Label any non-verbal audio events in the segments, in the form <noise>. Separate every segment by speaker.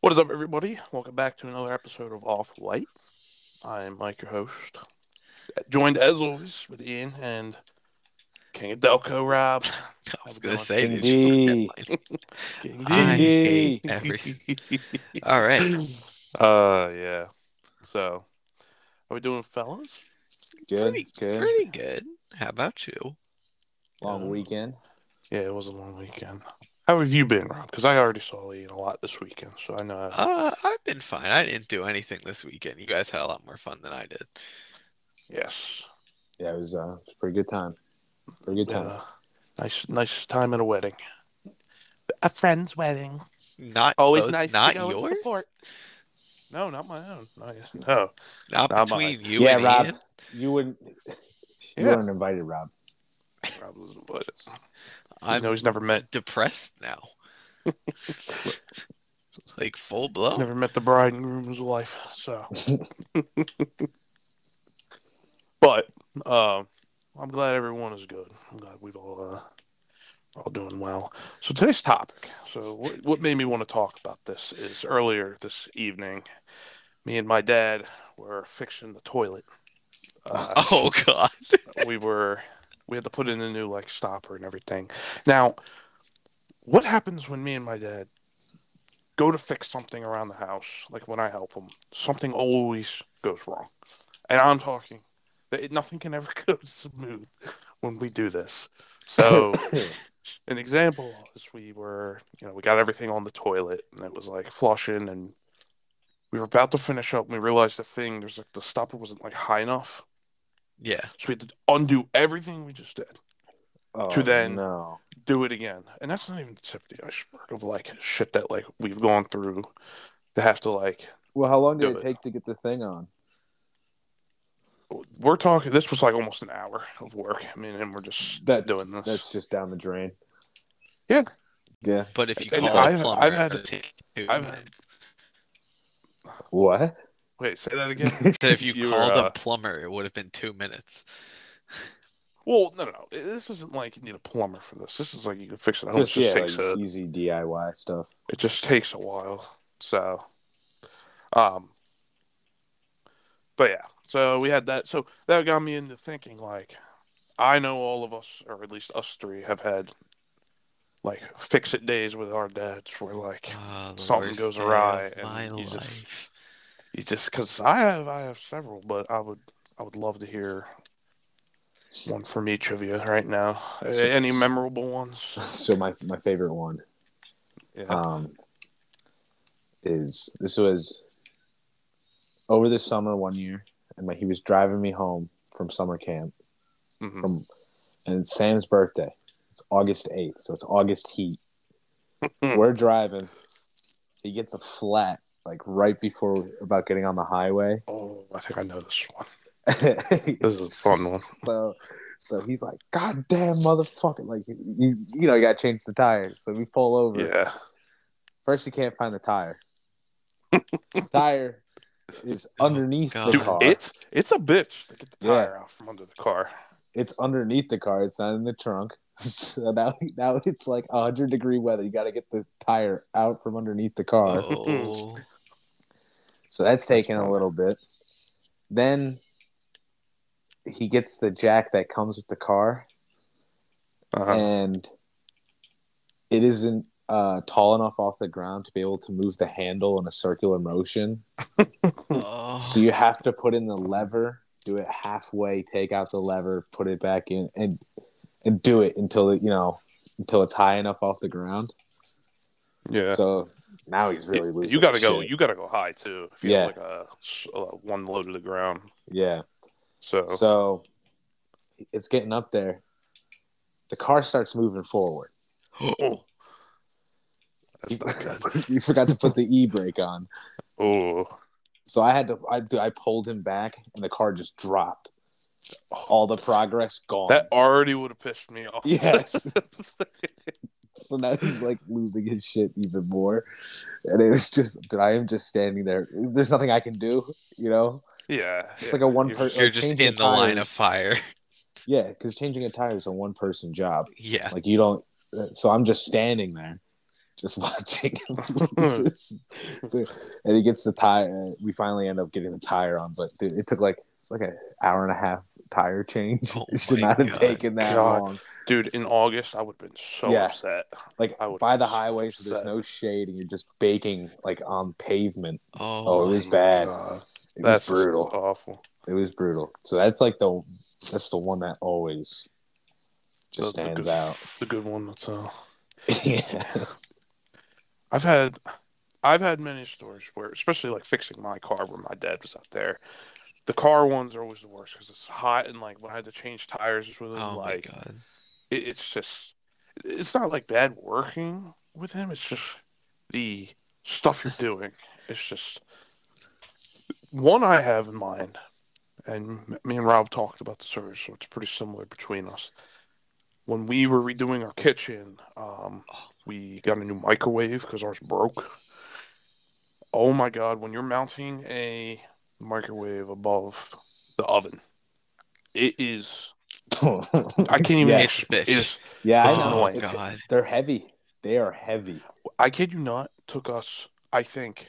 Speaker 1: What is up, everybody? Welcome back to another episode of Off White. I'm Mike, your host, joined as always with Ian and King of Delco, Rob.
Speaker 2: I was
Speaker 1: it
Speaker 2: gonna
Speaker 1: going?
Speaker 2: say dude,
Speaker 3: King
Speaker 2: you forget
Speaker 1: King
Speaker 2: my- I
Speaker 1: D.
Speaker 2: hate
Speaker 3: D.
Speaker 2: everything. All right.
Speaker 1: <laughs>
Speaker 2: <laughs>
Speaker 1: Uh, yeah. So, how we doing, fellas? <laughs>
Speaker 3: Good,
Speaker 2: pretty,
Speaker 3: good.
Speaker 2: pretty good. How about you?
Speaker 3: Long weekend.
Speaker 1: Yeah, it was a long weekend. How have you been, Rob? Because I already saw Ian a lot this weekend, so I know.
Speaker 2: Uh, I've been fine. I didn't do anything this weekend. You guys had a lot more fun than I did.
Speaker 1: yes.
Speaker 3: Yeah, it was, uh, it was a pretty good time. Pretty good
Speaker 1: Had
Speaker 3: time.
Speaker 1: a uh, nice, nice time at a wedding. A friend's wedding.
Speaker 2: Not
Speaker 1: Always
Speaker 2: both-
Speaker 1: nice.
Speaker 2: Not
Speaker 1: to go and
Speaker 2: yours.
Speaker 1: support. No, not my own. No, yes- <laughs> no.
Speaker 2: Not
Speaker 1: Not mine.
Speaker 2: between you
Speaker 3: Yeah,
Speaker 2: and
Speaker 3: Rob.
Speaker 2: Ian.
Speaker 1: <laughs>
Speaker 3: You wouldn't. You
Speaker 1: Yeah.
Speaker 3: weren't invited, Rob.
Speaker 1: Rob was invited. i
Speaker 2: I'm
Speaker 1: know he's never met,
Speaker 2: depressed <laughs> now. like full blown.
Speaker 1: never met the bride and groom's wife. So, <laughs> but um, I'm glad everyone is good. I'm glad we've all uh, we're all doing well. So today's topic. So what what made me want to talk about this is earlier this evening, me and my dad were fixing the toilet. <laughs> Uh,
Speaker 2: <laughs> Oh god.
Speaker 1: we were we had to put in a new like stopper and everything. Now, what happens when me and my dad go to fix something around the house? Like when I help him, something always goes wrong, and I'm talking that it- nothing can ever <laughs> go smooth when we do this.
Speaker 3: <laughs>
Speaker 1: So an example is we were, you know, we got everything on the toilet and it was like flushing and we were about to finish up and we realized the thing there's like the stopper wasn't like high enough.
Speaker 2: Yeah.
Speaker 1: So we had to undo everything we just did,
Speaker 3: Oh,
Speaker 1: To then-
Speaker 3: No.
Speaker 1: do it again. And that's not even the tip of the iceberg of like shit that like we've gone through to have to like
Speaker 3: Well, how long
Speaker 1: did
Speaker 3: did
Speaker 1: it
Speaker 3: it take to get the thing on?
Speaker 1: we're talking this was like almost an hour of work. I mean and we're just
Speaker 3: That-
Speaker 1: doing this.
Speaker 3: That's just down the drain.
Speaker 1: Yeah.
Speaker 3: Yeah.
Speaker 2: But if you
Speaker 1: And
Speaker 2: call
Speaker 1: I've-
Speaker 2: a plumber,
Speaker 1: I've had-
Speaker 2: it'll take two
Speaker 1: I've-
Speaker 2: minutes.
Speaker 3: What?
Speaker 1: Wait, say that again.
Speaker 3: <laughs>
Speaker 1: <laughs>
Speaker 2: So if you,
Speaker 1: you were,
Speaker 2: called
Speaker 1: uh,
Speaker 2: a plumber, it would have been two minutes.
Speaker 1: Well, no, no, no. This isn't like you need a plumber for this. This is like you can fix it. at home. It
Speaker 3: Just,
Speaker 1: just
Speaker 3: yeah,
Speaker 1: takes
Speaker 3: like
Speaker 1: a
Speaker 3: easy DIY stuff. <laughs>
Speaker 1: it just takes a while. So, um, but yeah. So we had that. So that got me into thinking. Like, I know all of us, or at least us three, have had like fix it days with our dads. Where like
Speaker 2: Ah, the
Speaker 1: something
Speaker 2: worst
Speaker 1: goes
Speaker 2: day of
Speaker 1: awry and
Speaker 2: my
Speaker 1: you just-
Speaker 2: life.
Speaker 1: you just because I have I have several, but I would I would love to hear one from each of you right now. Uh,
Speaker 3: So-
Speaker 1: Any memorable ones?
Speaker 3: So my my favorite one
Speaker 1: Yeah.
Speaker 3: um, is this was over the summer one year, and my, he was driving me home from summer camp.
Speaker 1: Mhm.
Speaker 3: from and it's Sam's birthday. It's August 8th, so it's August
Speaker 1: <laughs>
Speaker 3: heat. We're driving. He gets a flat like right before about getting on the highway. <laughs>
Speaker 1: Oh, I think I know this one.
Speaker 3: this
Speaker 1: is a fun one.
Speaker 3: So so he's like, God damn motherfucker. Like you you know, you gotta change the tire. So we pull over.
Speaker 1: Yeah.
Speaker 3: First you can't find
Speaker 1: <laughs>
Speaker 3: the tire. tire is
Speaker 2: Oh,
Speaker 3: underneath
Speaker 2: God.
Speaker 3: the
Speaker 1: Dude,
Speaker 3: car.
Speaker 1: it's it's a bitch to get the
Speaker 3: Yeah.
Speaker 1: tire out from under the car.
Speaker 3: it's underneath the car. It's not in the trunk. <laughs> So now, now it's like hundred degree weather. You got to get the tire out from underneath the car.
Speaker 2: <laughs> Oh,
Speaker 3: So that's taking
Speaker 1: rough.
Speaker 3: a little bit. Then he gets the jack that comes with the car,
Speaker 1: Uh-huh.
Speaker 3: and it isn't uh, tall enough off the ground to be able to move the handle in a circular motion.
Speaker 2: oh.
Speaker 3: So you have to put in the lever, do it halfway, take out the lever, put it back in, and and do it until it, you know until it's high enough off the ground.
Speaker 1: Yeah.
Speaker 3: So now he's really
Speaker 1: You-
Speaker 3: losing.
Speaker 1: you gotta
Speaker 3: his
Speaker 1: go.
Speaker 3: shit.
Speaker 1: You gotta go high too. If you
Speaker 3: Yeah.
Speaker 1: have like a, s- uh, one low to the ground.
Speaker 3: yeah.
Speaker 1: So, <laughs>
Speaker 3: So it's getting up there. The car starts moving forward. <laughs>
Speaker 1: oh,
Speaker 3: You,
Speaker 1: that's not good.
Speaker 3: you forgot to put the e brake on.
Speaker 1: Oh,
Speaker 3: So I had to. I I pulled him back, and the car just dropped. All the progress gone.
Speaker 1: that already would have pissed me off.
Speaker 3: <laughs> Yes. so now he's like losing his shit even more. And it was just, dude, I am just standing there. There's nothing I can do, you know?
Speaker 1: <laughs> yeah.
Speaker 3: It's like a one
Speaker 1: You're
Speaker 3: person.
Speaker 2: You're just in the line of fire. <laughs>
Speaker 3: Yeah, <laughs> because changing a tire is a one person job.
Speaker 2: Yeah.
Speaker 3: Like you don't. So I'm just standing there, just <laughs> watching him lose his- dude, and he gets the tire. uh, We finally end up getting the tire on, but dude, it took like it's like an hour and a half tire change. <laughs>
Speaker 2: Oh
Speaker 3: it should
Speaker 2: my
Speaker 3: not have
Speaker 2: God.
Speaker 3: taken that
Speaker 1: God.
Speaker 3: long.
Speaker 1: Dude, in August, I would have been so
Speaker 3: Yeah.
Speaker 1: upset.
Speaker 3: Like
Speaker 1: I would
Speaker 3: by the
Speaker 1: be so
Speaker 3: highway, so there's
Speaker 1: upset.
Speaker 3: no shade, and you're just baking like on pavement.
Speaker 2: Oh,
Speaker 3: Oh, it was
Speaker 1: my
Speaker 3: bad.
Speaker 1: God.
Speaker 3: It
Speaker 1: That's
Speaker 3: was brutal.
Speaker 1: awful.
Speaker 3: It was brutal. So that's like the that's the one that always just
Speaker 1: The- the
Speaker 3: stands
Speaker 1: good-
Speaker 3: out.
Speaker 1: The good one. That's uh,
Speaker 3: yeah.
Speaker 1: I've had, I've had many stories where, especially like fixing my car when my dad was out there. The car ones are always the worst because it's hot and like when I had to change tires with him,
Speaker 2: oh my
Speaker 1: like
Speaker 2: god.
Speaker 1: it, it's just, it's not like bad working with him. It's just the stuff you're doing. It's just one I have in mind, and m- me and Rob talked about the service, so it's pretty similar between us. When we were redoing our kitchen, um, we got a new microwave because ours broke. Oh my god, when you're mounting a microwave above the oven, it is. I can't even.
Speaker 3: <laughs> Yeah.
Speaker 2: It's bitch.
Speaker 1: It is.
Speaker 3: yeah, I
Speaker 1: It's
Speaker 2: oh
Speaker 3: know.
Speaker 2: my
Speaker 1: annoying.
Speaker 3: It's-
Speaker 2: god.
Speaker 3: They're heavy. They are heavy.
Speaker 1: I kid you not. Took us. I think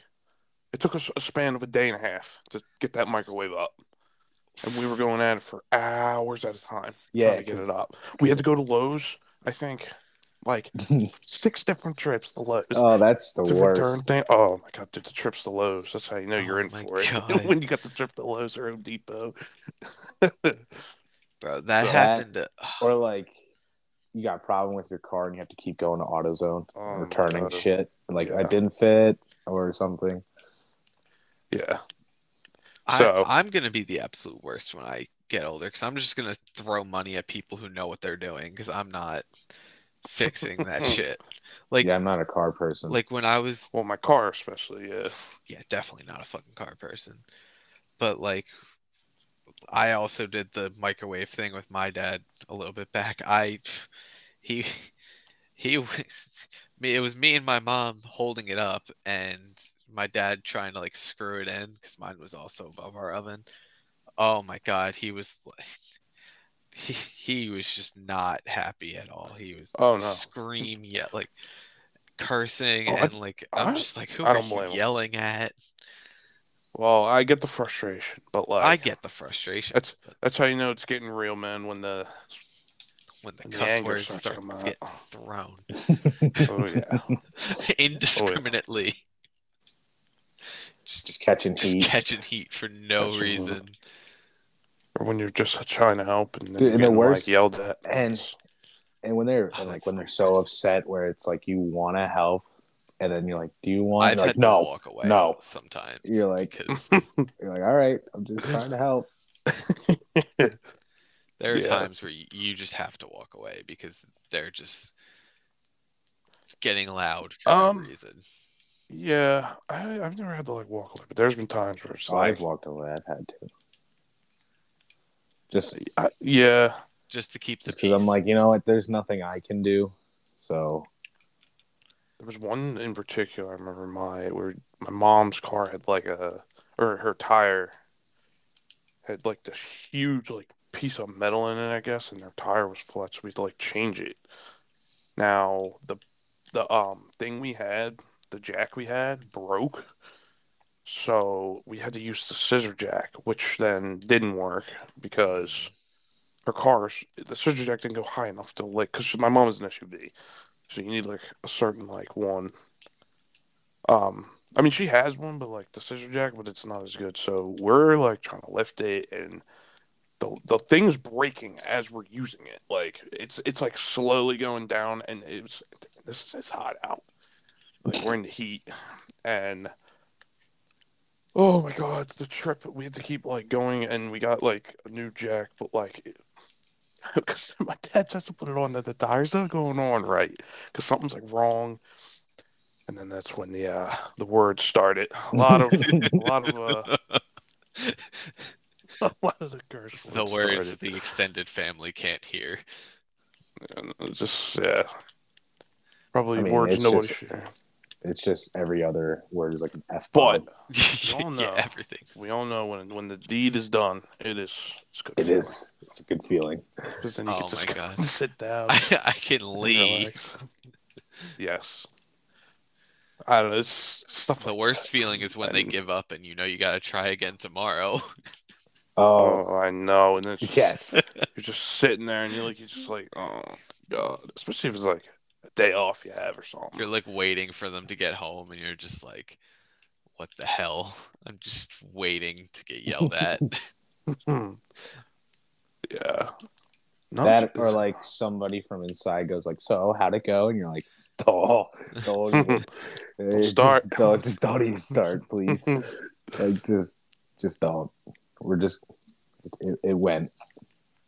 Speaker 1: it took us a span of a day and a half to get that microwave up, and we were going at it for hours at a time
Speaker 3: Yeah,
Speaker 1: trying to get
Speaker 3: 'cause-
Speaker 1: it up. We had to go to Lowe's. I think
Speaker 3: <laughs>
Speaker 1: like six different trips to Lowe's.
Speaker 3: Oh, that's the
Speaker 1: to return
Speaker 3: worst.
Speaker 1: thing. Oh my god, dude, the trips to Lowe's. That's how you know you're
Speaker 2: Oh
Speaker 1: in
Speaker 2: my
Speaker 1: for it. <laughs>
Speaker 2: God.
Speaker 1: when you got the trip to Lowe's or Home Depot.
Speaker 2: Bro, that
Speaker 1: So-
Speaker 2: happened to <sighs>
Speaker 3: Or like you got a problem with your car and you have to keep going to AutoZone
Speaker 1: Oh my
Speaker 3: and returning
Speaker 1: God.
Speaker 3: shit. Like I
Speaker 1: Yeah.
Speaker 3: didn't fit or something.
Speaker 1: Yeah. So-
Speaker 2: I, I'm gonna be the absolute worst when I get older because I'm just gonna throw money at people who know what they're doing because I'm not fixing <laughs> that shit. Like,
Speaker 3: yeah, I'm not a car person.
Speaker 2: like when I was,
Speaker 1: Well, my car especially. Yeah.
Speaker 2: yeah, definitely not a fucking car person, but like, I also did the microwave thing with my dad a little bit back. I, he, he, <laughs> me, it was me and my mom holding it up and my dad trying to like screw it in because mine was also above our oven. Oh my god, he was like, <laughs> he, he was just not happy at all. He was
Speaker 1: Oh, no.
Speaker 2: scream yet like cursing
Speaker 1: Oh, I-
Speaker 2: and like I'm
Speaker 1: I-
Speaker 2: just like who
Speaker 1: I
Speaker 2: are
Speaker 1: don't
Speaker 2: you
Speaker 1: blame him.
Speaker 2: yelling at?
Speaker 1: Well, I get the frustration, but like
Speaker 2: I get
Speaker 1: <laughs>
Speaker 2: the frustration
Speaker 1: That's-
Speaker 2: but
Speaker 1: that's how you know it's getting real, man. When the
Speaker 2: when the
Speaker 1: when the
Speaker 2: cuss
Speaker 1: anger
Speaker 2: words
Speaker 1: starts
Speaker 2: start
Speaker 1: coming
Speaker 2: getting
Speaker 1: out.
Speaker 2: thrown
Speaker 1: <laughs>
Speaker 2: <laughs>
Speaker 1: Oh yeah.
Speaker 2: indiscriminately. Just,
Speaker 3: just catching
Speaker 2: just
Speaker 3: heat.
Speaker 2: catching heat for no
Speaker 1: Catching heat.
Speaker 2: reason.
Speaker 1: or when you're just trying to help and then
Speaker 3: Dude,
Speaker 1: you're
Speaker 3: and the
Speaker 1: getting,
Speaker 3: worst-
Speaker 1: like yelled at.
Speaker 3: and- and when they're
Speaker 2: Oh,
Speaker 3: and, like
Speaker 2: that's
Speaker 3: when they're
Speaker 2: the
Speaker 3: so
Speaker 2: worst.
Speaker 3: upset where it's like you want to help and then you're like do you want
Speaker 2: I've
Speaker 3: They're like
Speaker 2: had
Speaker 3: no
Speaker 2: to walk away
Speaker 3: no
Speaker 2: sometimes.
Speaker 3: You're
Speaker 1: <laughs>
Speaker 3: like-
Speaker 2: because
Speaker 3: you're like all right i'm just trying to help
Speaker 2: there are
Speaker 1: Yeah.
Speaker 2: times where you, you just have to walk away because they're just getting loud for
Speaker 1: Um,
Speaker 2: no reason.
Speaker 1: yeah, I, I've never had to like walk away, but there's been times where it's
Speaker 3: <laughs> so
Speaker 1: like,
Speaker 3: Oh, i've walked away i've had to just
Speaker 1: I, yeah,
Speaker 2: Just to keep the
Speaker 3: because
Speaker 2: peace.
Speaker 3: i'm like you know what there's nothing i can do so
Speaker 1: There was one in particular. I remember my where my mom's car had like a or her tire had like this huge like piece of metal in it, I guess, and their tire was flat, so we had to like change it. Now the the um thing we had, the jack we had broke, so we had to use the scissor jack, which then didn't work because her car's the scissor jack didn't go high enough to like because my mom is an SUV. So you need like a certain like one. Um, I mean she has one, but like the scissor jack, but it's not as good. So we're like trying to lift it, and the the thing's breaking as we're using it. Like it's it's like slowly going down, and it's this it's hot out. Like we're in the heat, and oh my god, the trip we had to keep like going, and we got like a new jack, but <laughs> like. Because my dad has to put it on that the tire's not going on right because something's like wrong. And then that's when the uh, the words started. A lot of a lot of uh,
Speaker 2: <laughs>
Speaker 1: a lot of the curse words.
Speaker 2: the words
Speaker 1: started. <laughs>
Speaker 2: the extended family can't hear. <laughs>
Speaker 1: And it was just yeah, probably
Speaker 3: I mean,
Speaker 1: words
Speaker 3: it's
Speaker 1: nobody
Speaker 3: just-
Speaker 1: should hear.
Speaker 3: it's just every other word is like an f
Speaker 1: But all
Speaker 2: yeah,
Speaker 1: know.
Speaker 2: everything.
Speaker 1: we all know when when the deed is done, it is it's good.
Speaker 3: it is it's a good feeling
Speaker 1: because then you <laughs>
Speaker 2: Oh
Speaker 1: can just
Speaker 2: my
Speaker 1: go
Speaker 2: God. <laughs>
Speaker 1: and sit down,
Speaker 2: I, I can
Speaker 1: and
Speaker 2: leave.
Speaker 1: relax. yes, I don't know. It's stuff
Speaker 2: The
Speaker 1: like
Speaker 2: worst
Speaker 1: that.
Speaker 2: feeling is when they
Speaker 1: And-
Speaker 2: give up and you know you got to try again tomorrow. <laughs>
Speaker 3: Oh,
Speaker 1: Oh, I know. And then it's just-
Speaker 3: <laughs> yes.
Speaker 1: you're just sitting there and you're like, you're just like, oh god. Especially if it's like a day off you have or something.
Speaker 2: You're like waiting for them to get home and you're just like, what the hell? <laughs> I'm just waiting to get
Speaker 1: <laughs>
Speaker 2: yelled at.
Speaker 1: Hmm. yeah. No,
Speaker 3: That
Speaker 1: it's-
Speaker 3: or like somebody from inside goes like, "So how'd it go?" And you're like, <laughs> "Oh, don't, <laughs> even- eh, just
Speaker 1: start.
Speaker 3: don't, just don't even start, <laughs> please. like, just, just don't. We're just. It, it went.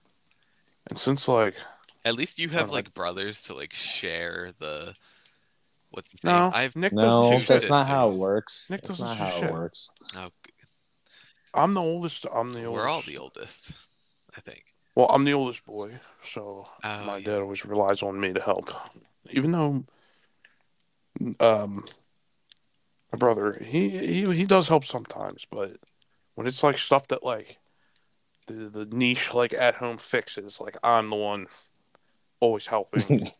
Speaker 1: <laughs> and since like
Speaker 2: at least you have
Speaker 1: Kinda like-
Speaker 2: like brothers to like share the. What's
Speaker 1: <laughs>
Speaker 2: his
Speaker 1: no,
Speaker 2: name? I've
Speaker 1: Nick
Speaker 3: No,
Speaker 1: doesn't
Speaker 3: that's
Speaker 1: do shit.
Speaker 3: not how it works.
Speaker 1: Nick
Speaker 3: that's
Speaker 1: doesn't
Speaker 3: not
Speaker 1: do
Speaker 3: how
Speaker 1: shit.
Speaker 3: it works.
Speaker 2: oh,
Speaker 1: I'm the oldest. I'm the oldest.
Speaker 2: we're all the oldest, I think.
Speaker 1: Well, I'm the oldest boy, so
Speaker 2: Oh,
Speaker 1: my
Speaker 2: yeah.
Speaker 1: dad always relies on me to help. Even though, um, my brother he he he does help sometimes, but when it's like stuff that like the the niche like at home fixes, like I'm the one always helping.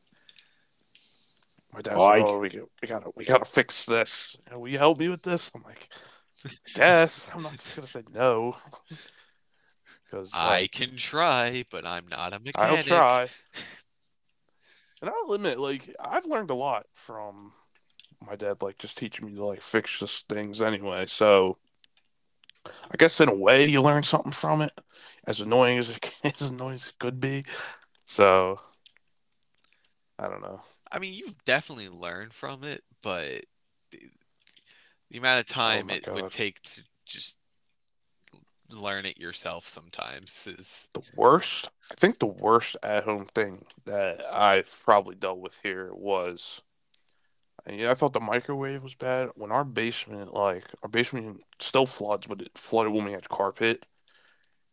Speaker 1: my dad's like,
Speaker 3: Like.
Speaker 1: "Oh, we, we gotta we gotta fix this. And Will you help me with this?" I'm like, "Yes." I'm not just gonna say no. <laughs> Because
Speaker 2: I can try, but I'm not a mechanic.
Speaker 1: I'll try. <laughs> And I'll admit, like I've learned a lot from my dad, like just teaching me to like fix just things anyway. So I guess in a way you learn something from it, as annoying as it <laughs> as annoying as it could be. So I don't know.
Speaker 2: I mean, you definitely learn from it, but the, the amount of time
Speaker 1: Oh my
Speaker 2: it
Speaker 1: God.
Speaker 2: would take to just learn it yourself sometimes is
Speaker 1: The worst, I think, the worst at home thing that I've probably dealt with here was. And yeah, I thought the microwave was bad. When our basement, like our basement, still floods, but it flooded when we had carpet,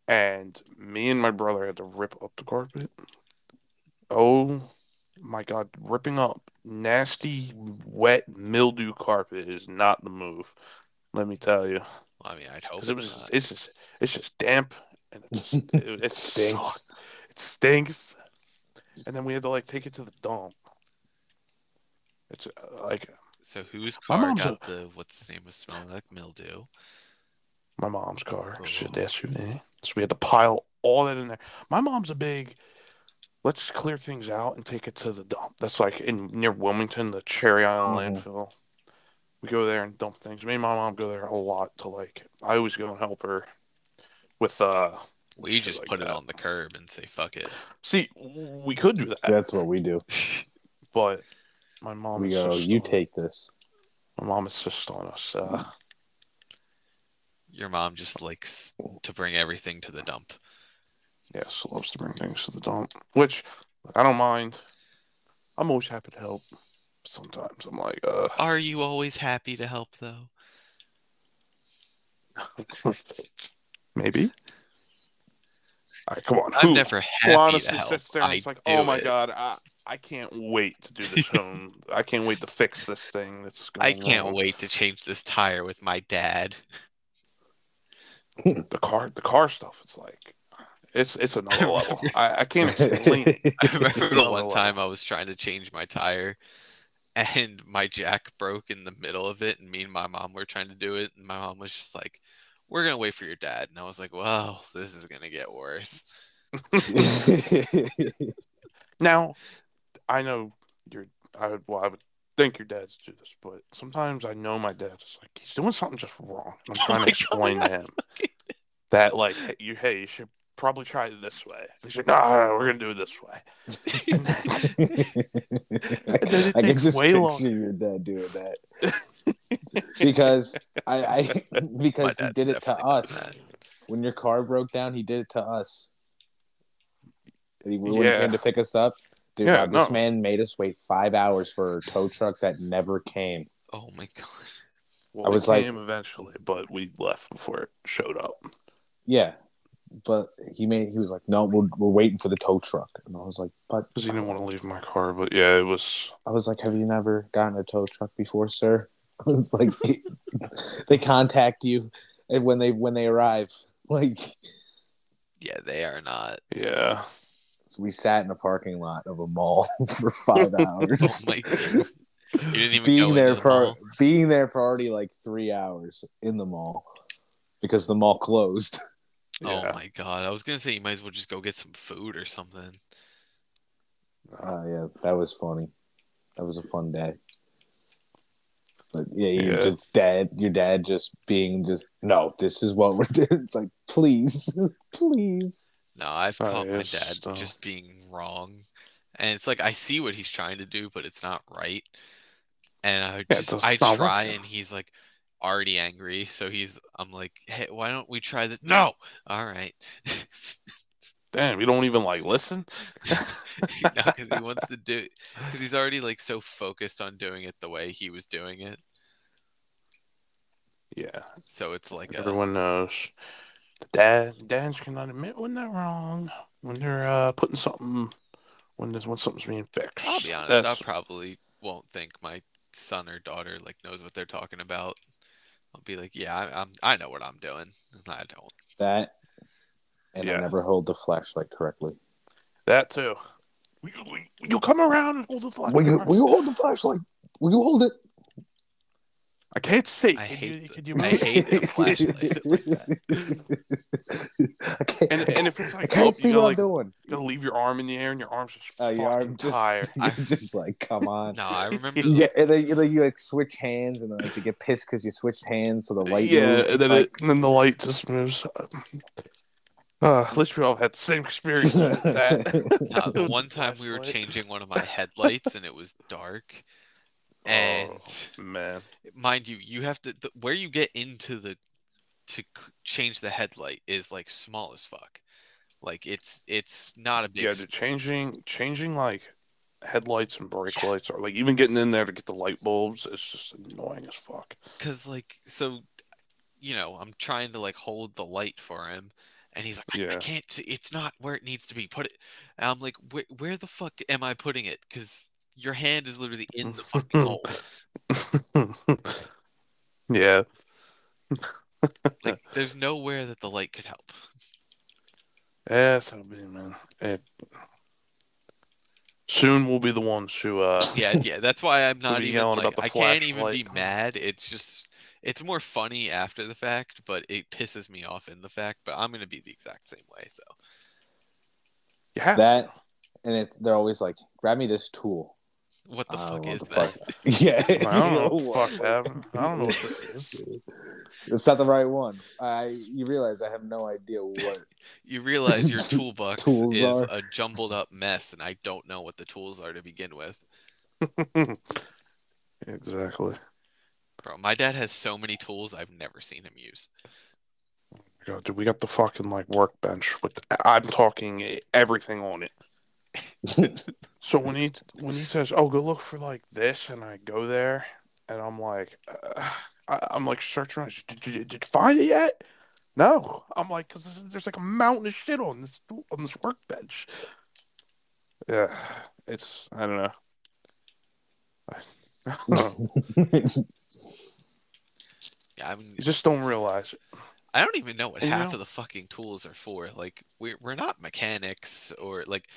Speaker 1: and me and my brother had to rip up the carpet. Oh my god, ripping up nasty, wet mildew carpet is not the move. Let me tell you,
Speaker 2: well, I mean, I'd hope
Speaker 1: because it was just,
Speaker 2: it's not.
Speaker 1: it's just it's just damp and it just, it,
Speaker 3: It
Speaker 1: stinks
Speaker 3: stinks.
Speaker 1: it stinks. And then we had to like take it to the dump. It's uh, like
Speaker 2: So whose
Speaker 1: My
Speaker 2: car
Speaker 1: mom's a-
Speaker 2: got the what's his name was smelling like
Speaker 1: <laughs>
Speaker 2: mildew?
Speaker 1: my mom's car.
Speaker 2: Oh.
Speaker 1: Shit, the SUV. So we had to pile all that in there. My mom's a big. Let's clear things out and take it to the dump. That's like in near Wilmington, the Cherry Island
Speaker 3: Mhm.
Speaker 1: landfill. We go there and dump things. Me and my mom go there a lot to like. I always go and help her with uh.
Speaker 2: Well, you
Speaker 1: shit
Speaker 2: just
Speaker 1: like
Speaker 2: put it
Speaker 1: that.
Speaker 2: on the curb and say fuck it.
Speaker 1: See, we could do that,
Speaker 3: That's what we do.
Speaker 1: but my mom.
Speaker 3: we
Speaker 1: is
Speaker 3: go.
Speaker 1: just
Speaker 3: You
Speaker 1: on-
Speaker 3: take <laughs> this.
Speaker 1: My mom insists on us. Uh,
Speaker 2: <laughs> Your mom just likes to bring everything to the dump.
Speaker 1: Yes, loves to bring things to the dump, which I don't mind. I'm always happy to help. Sometimes I'm like, uh,
Speaker 2: Are you always happy to help though?
Speaker 1: maybe. All right, come on.
Speaker 2: I'm
Speaker 1: who-
Speaker 2: never
Speaker 1: who
Speaker 2: happy to
Speaker 1: honestly
Speaker 2: help.
Speaker 1: sits there and
Speaker 2: I
Speaker 1: it's like,
Speaker 2: do
Speaker 1: oh my
Speaker 2: it.
Speaker 1: god, I, I can't wait to do
Speaker 2: <laughs>
Speaker 1: this home. I can't wait to fix this thing that's going
Speaker 2: I can't
Speaker 1: wrong.
Speaker 2: wait to change this tire with my dad.
Speaker 1: The car, the car stuff. It's like, it's it's
Speaker 2: <laughs>
Speaker 1: another level. I, I can't explain it.
Speaker 2: I remember the
Speaker 1: Another
Speaker 2: one
Speaker 1: level.
Speaker 2: time I was trying to change my tire and my jack broke in the middle of it and me and my mom were trying to do it and my mom was just like, We're gonna wait for your dad and I was like, Well, this is gonna get worse.
Speaker 1: Now, I know your I would well I would think your dad's do this, but sometimes I know my dad's just like he's doing something just wrong. And I'm
Speaker 2: <laughs> Oh
Speaker 1: trying
Speaker 2: my
Speaker 1: to explain
Speaker 2: God.
Speaker 1: to him that like hey, you hey you should probably try it this way. He's like no, no, no, we're gonna do it this way.
Speaker 2: <laughs>
Speaker 3: I
Speaker 1: it
Speaker 3: can
Speaker 1: takes
Speaker 3: just
Speaker 1: way
Speaker 3: picture
Speaker 1: longer.
Speaker 3: your dad doing that <laughs> because <laughs> I, I
Speaker 2: My
Speaker 3: because he
Speaker 2: dad's
Speaker 3: did it to
Speaker 2: definitely done
Speaker 3: us
Speaker 2: that.
Speaker 3: when your car broke down. He did it to us. And he- When
Speaker 1: Yeah.
Speaker 3: he came to pick us up, dude,
Speaker 1: Yeah,
Speaker 3: uh, this
Speaker 1: no.
Speaker 3: man made us wait five hours for a tow truck that never came.
Speaker 2: Oh my god.
Speaker 1: Well,
Speaker 3: I
Speaker 1: it
Speaker 3: was like-
Speaker 1: came eventually, but we left before it showed up.
Speaker 3: Yeah, but he made he was like, no, we're we're waiting for the tow truck, and I was like, but
Speaker 1: Because he didn't want to leave my car, but yeah, it was
Speaker 3: I was like, "Have you never gotten a tow truck before, sir?" <laughs> I was like, "They contact you, and when they when they arrive, <laughs> like
Speaker 2: Yeah, they are not. <laughs>
Speaker 1: yeah.
Speaker 3: so we sat in a parking lot of a mall <laughs> for five
Speaker 2: Oh
Speaker 3: hours.
Speaker 2: my god. You didn't even go
Speaker 3: being
Speaker 2: into
Speaker 3: there
Speaker 2: the
Speaker 3: for
Speaker 2: mall.
Speaker 3: being there for already like three hours in the mall because the mall closed.
Speaker 1: Yeah.
Speaker 2: Oh my god! I was gonna say you might as well just go get some food or something.
Speaker 3: Oh yeah, that was funny. That was a fun day. But yeah, you're
Speaker 1: Yeah.
Speaker 3: just dad. Your dad just being just no. This is what we're <laughs> doing. It's like please, <laughs> please.
Speaker 2: No, I've
Speaker 1: Oh,
Speaker 2: caught my
Speaker 1: yes,
Speaker 2: dad
Speaker 1: so-
Speaker 2: just being wrong, and it's like I see what he's trying to do, but it's not right. And I
Speaker 1: Yeah,
Speaker 2: just
Speaker 1: it's
Speaker 2: I
Speaker 1: not
Speaker 2: try,
Speaker 1: working.
Speaker 2: and he's like already angry. So he's I'm like, hey, why don't we try this? No, all right. <laughs>
Speaker 1: Damn, you don't even like listen.
Speaker 2: because he wants to do because he's already like so focused on doing it the way he was doing it.
Speaker 1: Yeah,
Speaker 2: So it's like uh, a,
Speaker 1: everyone knows. The dad, dads cannot admit when they're wrong, when they're uh, putting something, when there's when something's being fixed.
Speaker 2: I'll be honest,
Speaker 1: That's-
Speaker 2: I probably won't think my son or daughter like knows what they're talking about. I'll be like, yeah, I, I'm, I know what I'm doing. And I don't.
Speaker 3: That and I
Speaker 1: Yes.
Speaker 3: never hold the flashlight correctly.
Speaker 1: that too. Will you, will you come around and hold the flag.
Speaker 3: Will you, will you hold the flashlight? Will you hold it?
Speaker 1: I can't see.
Speaker 2: I
Speaker 1: Could
Speaker 2: hate
Speaker 1: you,
Speaker 2: the-
Speaker 1: could you
Speaker 2: I
Speaker 1: make-
Speaker 2: hate the
Speaker 3: <laughs>
Speaker 2: flashlight like that.
Speaker 3: I can't,
Speaker 1: And, and if it's
Speaker 3: I
Speaker 1: like
Speaker 3: can't
Speaker 1: up,
Speaker 3: see
Speaker 1: you
Speaker 3: what
Speaker 1: gotta,
Speaker 3: I'm
Speaker 1: like,
Speaker 3: doing.
Speaker 1: gotta leave your arm in the air, and your arms just
Speaker 3: Oh,
Speaker 1: fucking
Speaker 3: yeah, I'm just,
Speaker 1: tired.
Speaker 3: <laughs> I'm just like, come on.
Speaker 2: No, I remember.
Speaker 3: Um,
Speaker 1: <laughs>
Speaker 3: Yeah, and then you, like, you like switch hands, and then like, you get pissed because you switched hands, so the light.
Speaker 1: yeah,
Speaker 3: moves.
Speaker 1: and then,
Speaker 3: Like,
Speaker 1: it, and then the light just moves. Uh, at least we all had the same experience with that. <laughs>
Speaker 2: no, the one time we were
Speaker 1: Flashlight.
Speaker 2: changing one of my headlights and it was dark. <laughs> And
Speaker 1: Oh, man.
Speaker 2: mind you, you have to the, where you get into the to c- change the headlight is like small as fuck. Like it's it's not a big
Speaker 1: Yeah,
Speaker 2: s-
Speaker 1: dude, changing changing like headlights and brake
Speaker 2: Yeah.
Speaker 1: lights or like even getting in there to get the light bulbs, it's just annoying as fuck.
Speaker 2: Cause like so, you know, I'm trying to like hold the light for him, and he's like, I, I
Speaker 1: Yeah.
Speaker 2: can't. see- It's not where it needs to be. Put it. And I'm like, where where the fuck am I putting it? Cause your hand is literally in
Speaker 1: <laughs>
Speaker 2: the fucking hole.
Speaker 1: yeah.
Speaker 2: Like there's nowhere that the light could help.
Speaker 1: Yeah, that's how it be, man. It... Soon we'll be the ones who uh
Speaker 2: Yeah, yeah. That's why I'm not
Speaker 1: be
Speaker 2: even
Speaker 1: yelling
Speaker 2: like
Speaker 1: about the
Speaker 2: I can't even be
Speaker 1: flashlight.
Speaker 2: mad. It's just it's more funny after the fact, but it pisses me off in the fact. But I'm gonna be the exact same way. So
Speaker 1: you have
Speaker 3: <laughs> that, and it's they're always like, grab me this tool.
Speaker 2: what the
Speaker 3: I don't
Speaker 2: fuck
Speaker 3: know
Speaker 2: is
Speaker 3: what the
Speaker 2: that?
Speaker 3: fuck. <laughs> Yeah,
Speaker 1: to. <laughs> I don't know what
Speaker 3: <laughs>
Speaker 1: the fuck happened. I don't know what this is.
Speaker 3: It's not the right one. I you realize I have no idea what
Speaker 1: <laughs>
Speaker 3: <laughs>
Speaker 2: You realize your toolbox
Speaker 3: Tools
Speaker 2: is
Speaker 3: are-
Speaker 2: a jumbled up mess, and I don't know what the tools are to begin with.
Speaker 1: Exactly.
Speaker 2: Bro, my dad has so many tools I've never seen him use.
Speaker 1: God, dude, we got the fucking like workbench with I'm talking everything on it. So when he when he says, "Oh, go look for like this," and I go there, and I'm like, uh, I, I'm like searching. around, Did, did, did you find it yet? No, I'm like, because there's like a mountain of shit on this on this workbench. Yeah, it's I don't know. <laughs> I-
Speaker 2: Yeah, I mean,
Speaker 1: you just don't realize it.
Speaker 2: I don't even know what
Speaker 1: You
Speaker 2: half
Speaker 1: know-
Speaker 2: of the fucking tools are for. Like, we're we're not mechanics, or like,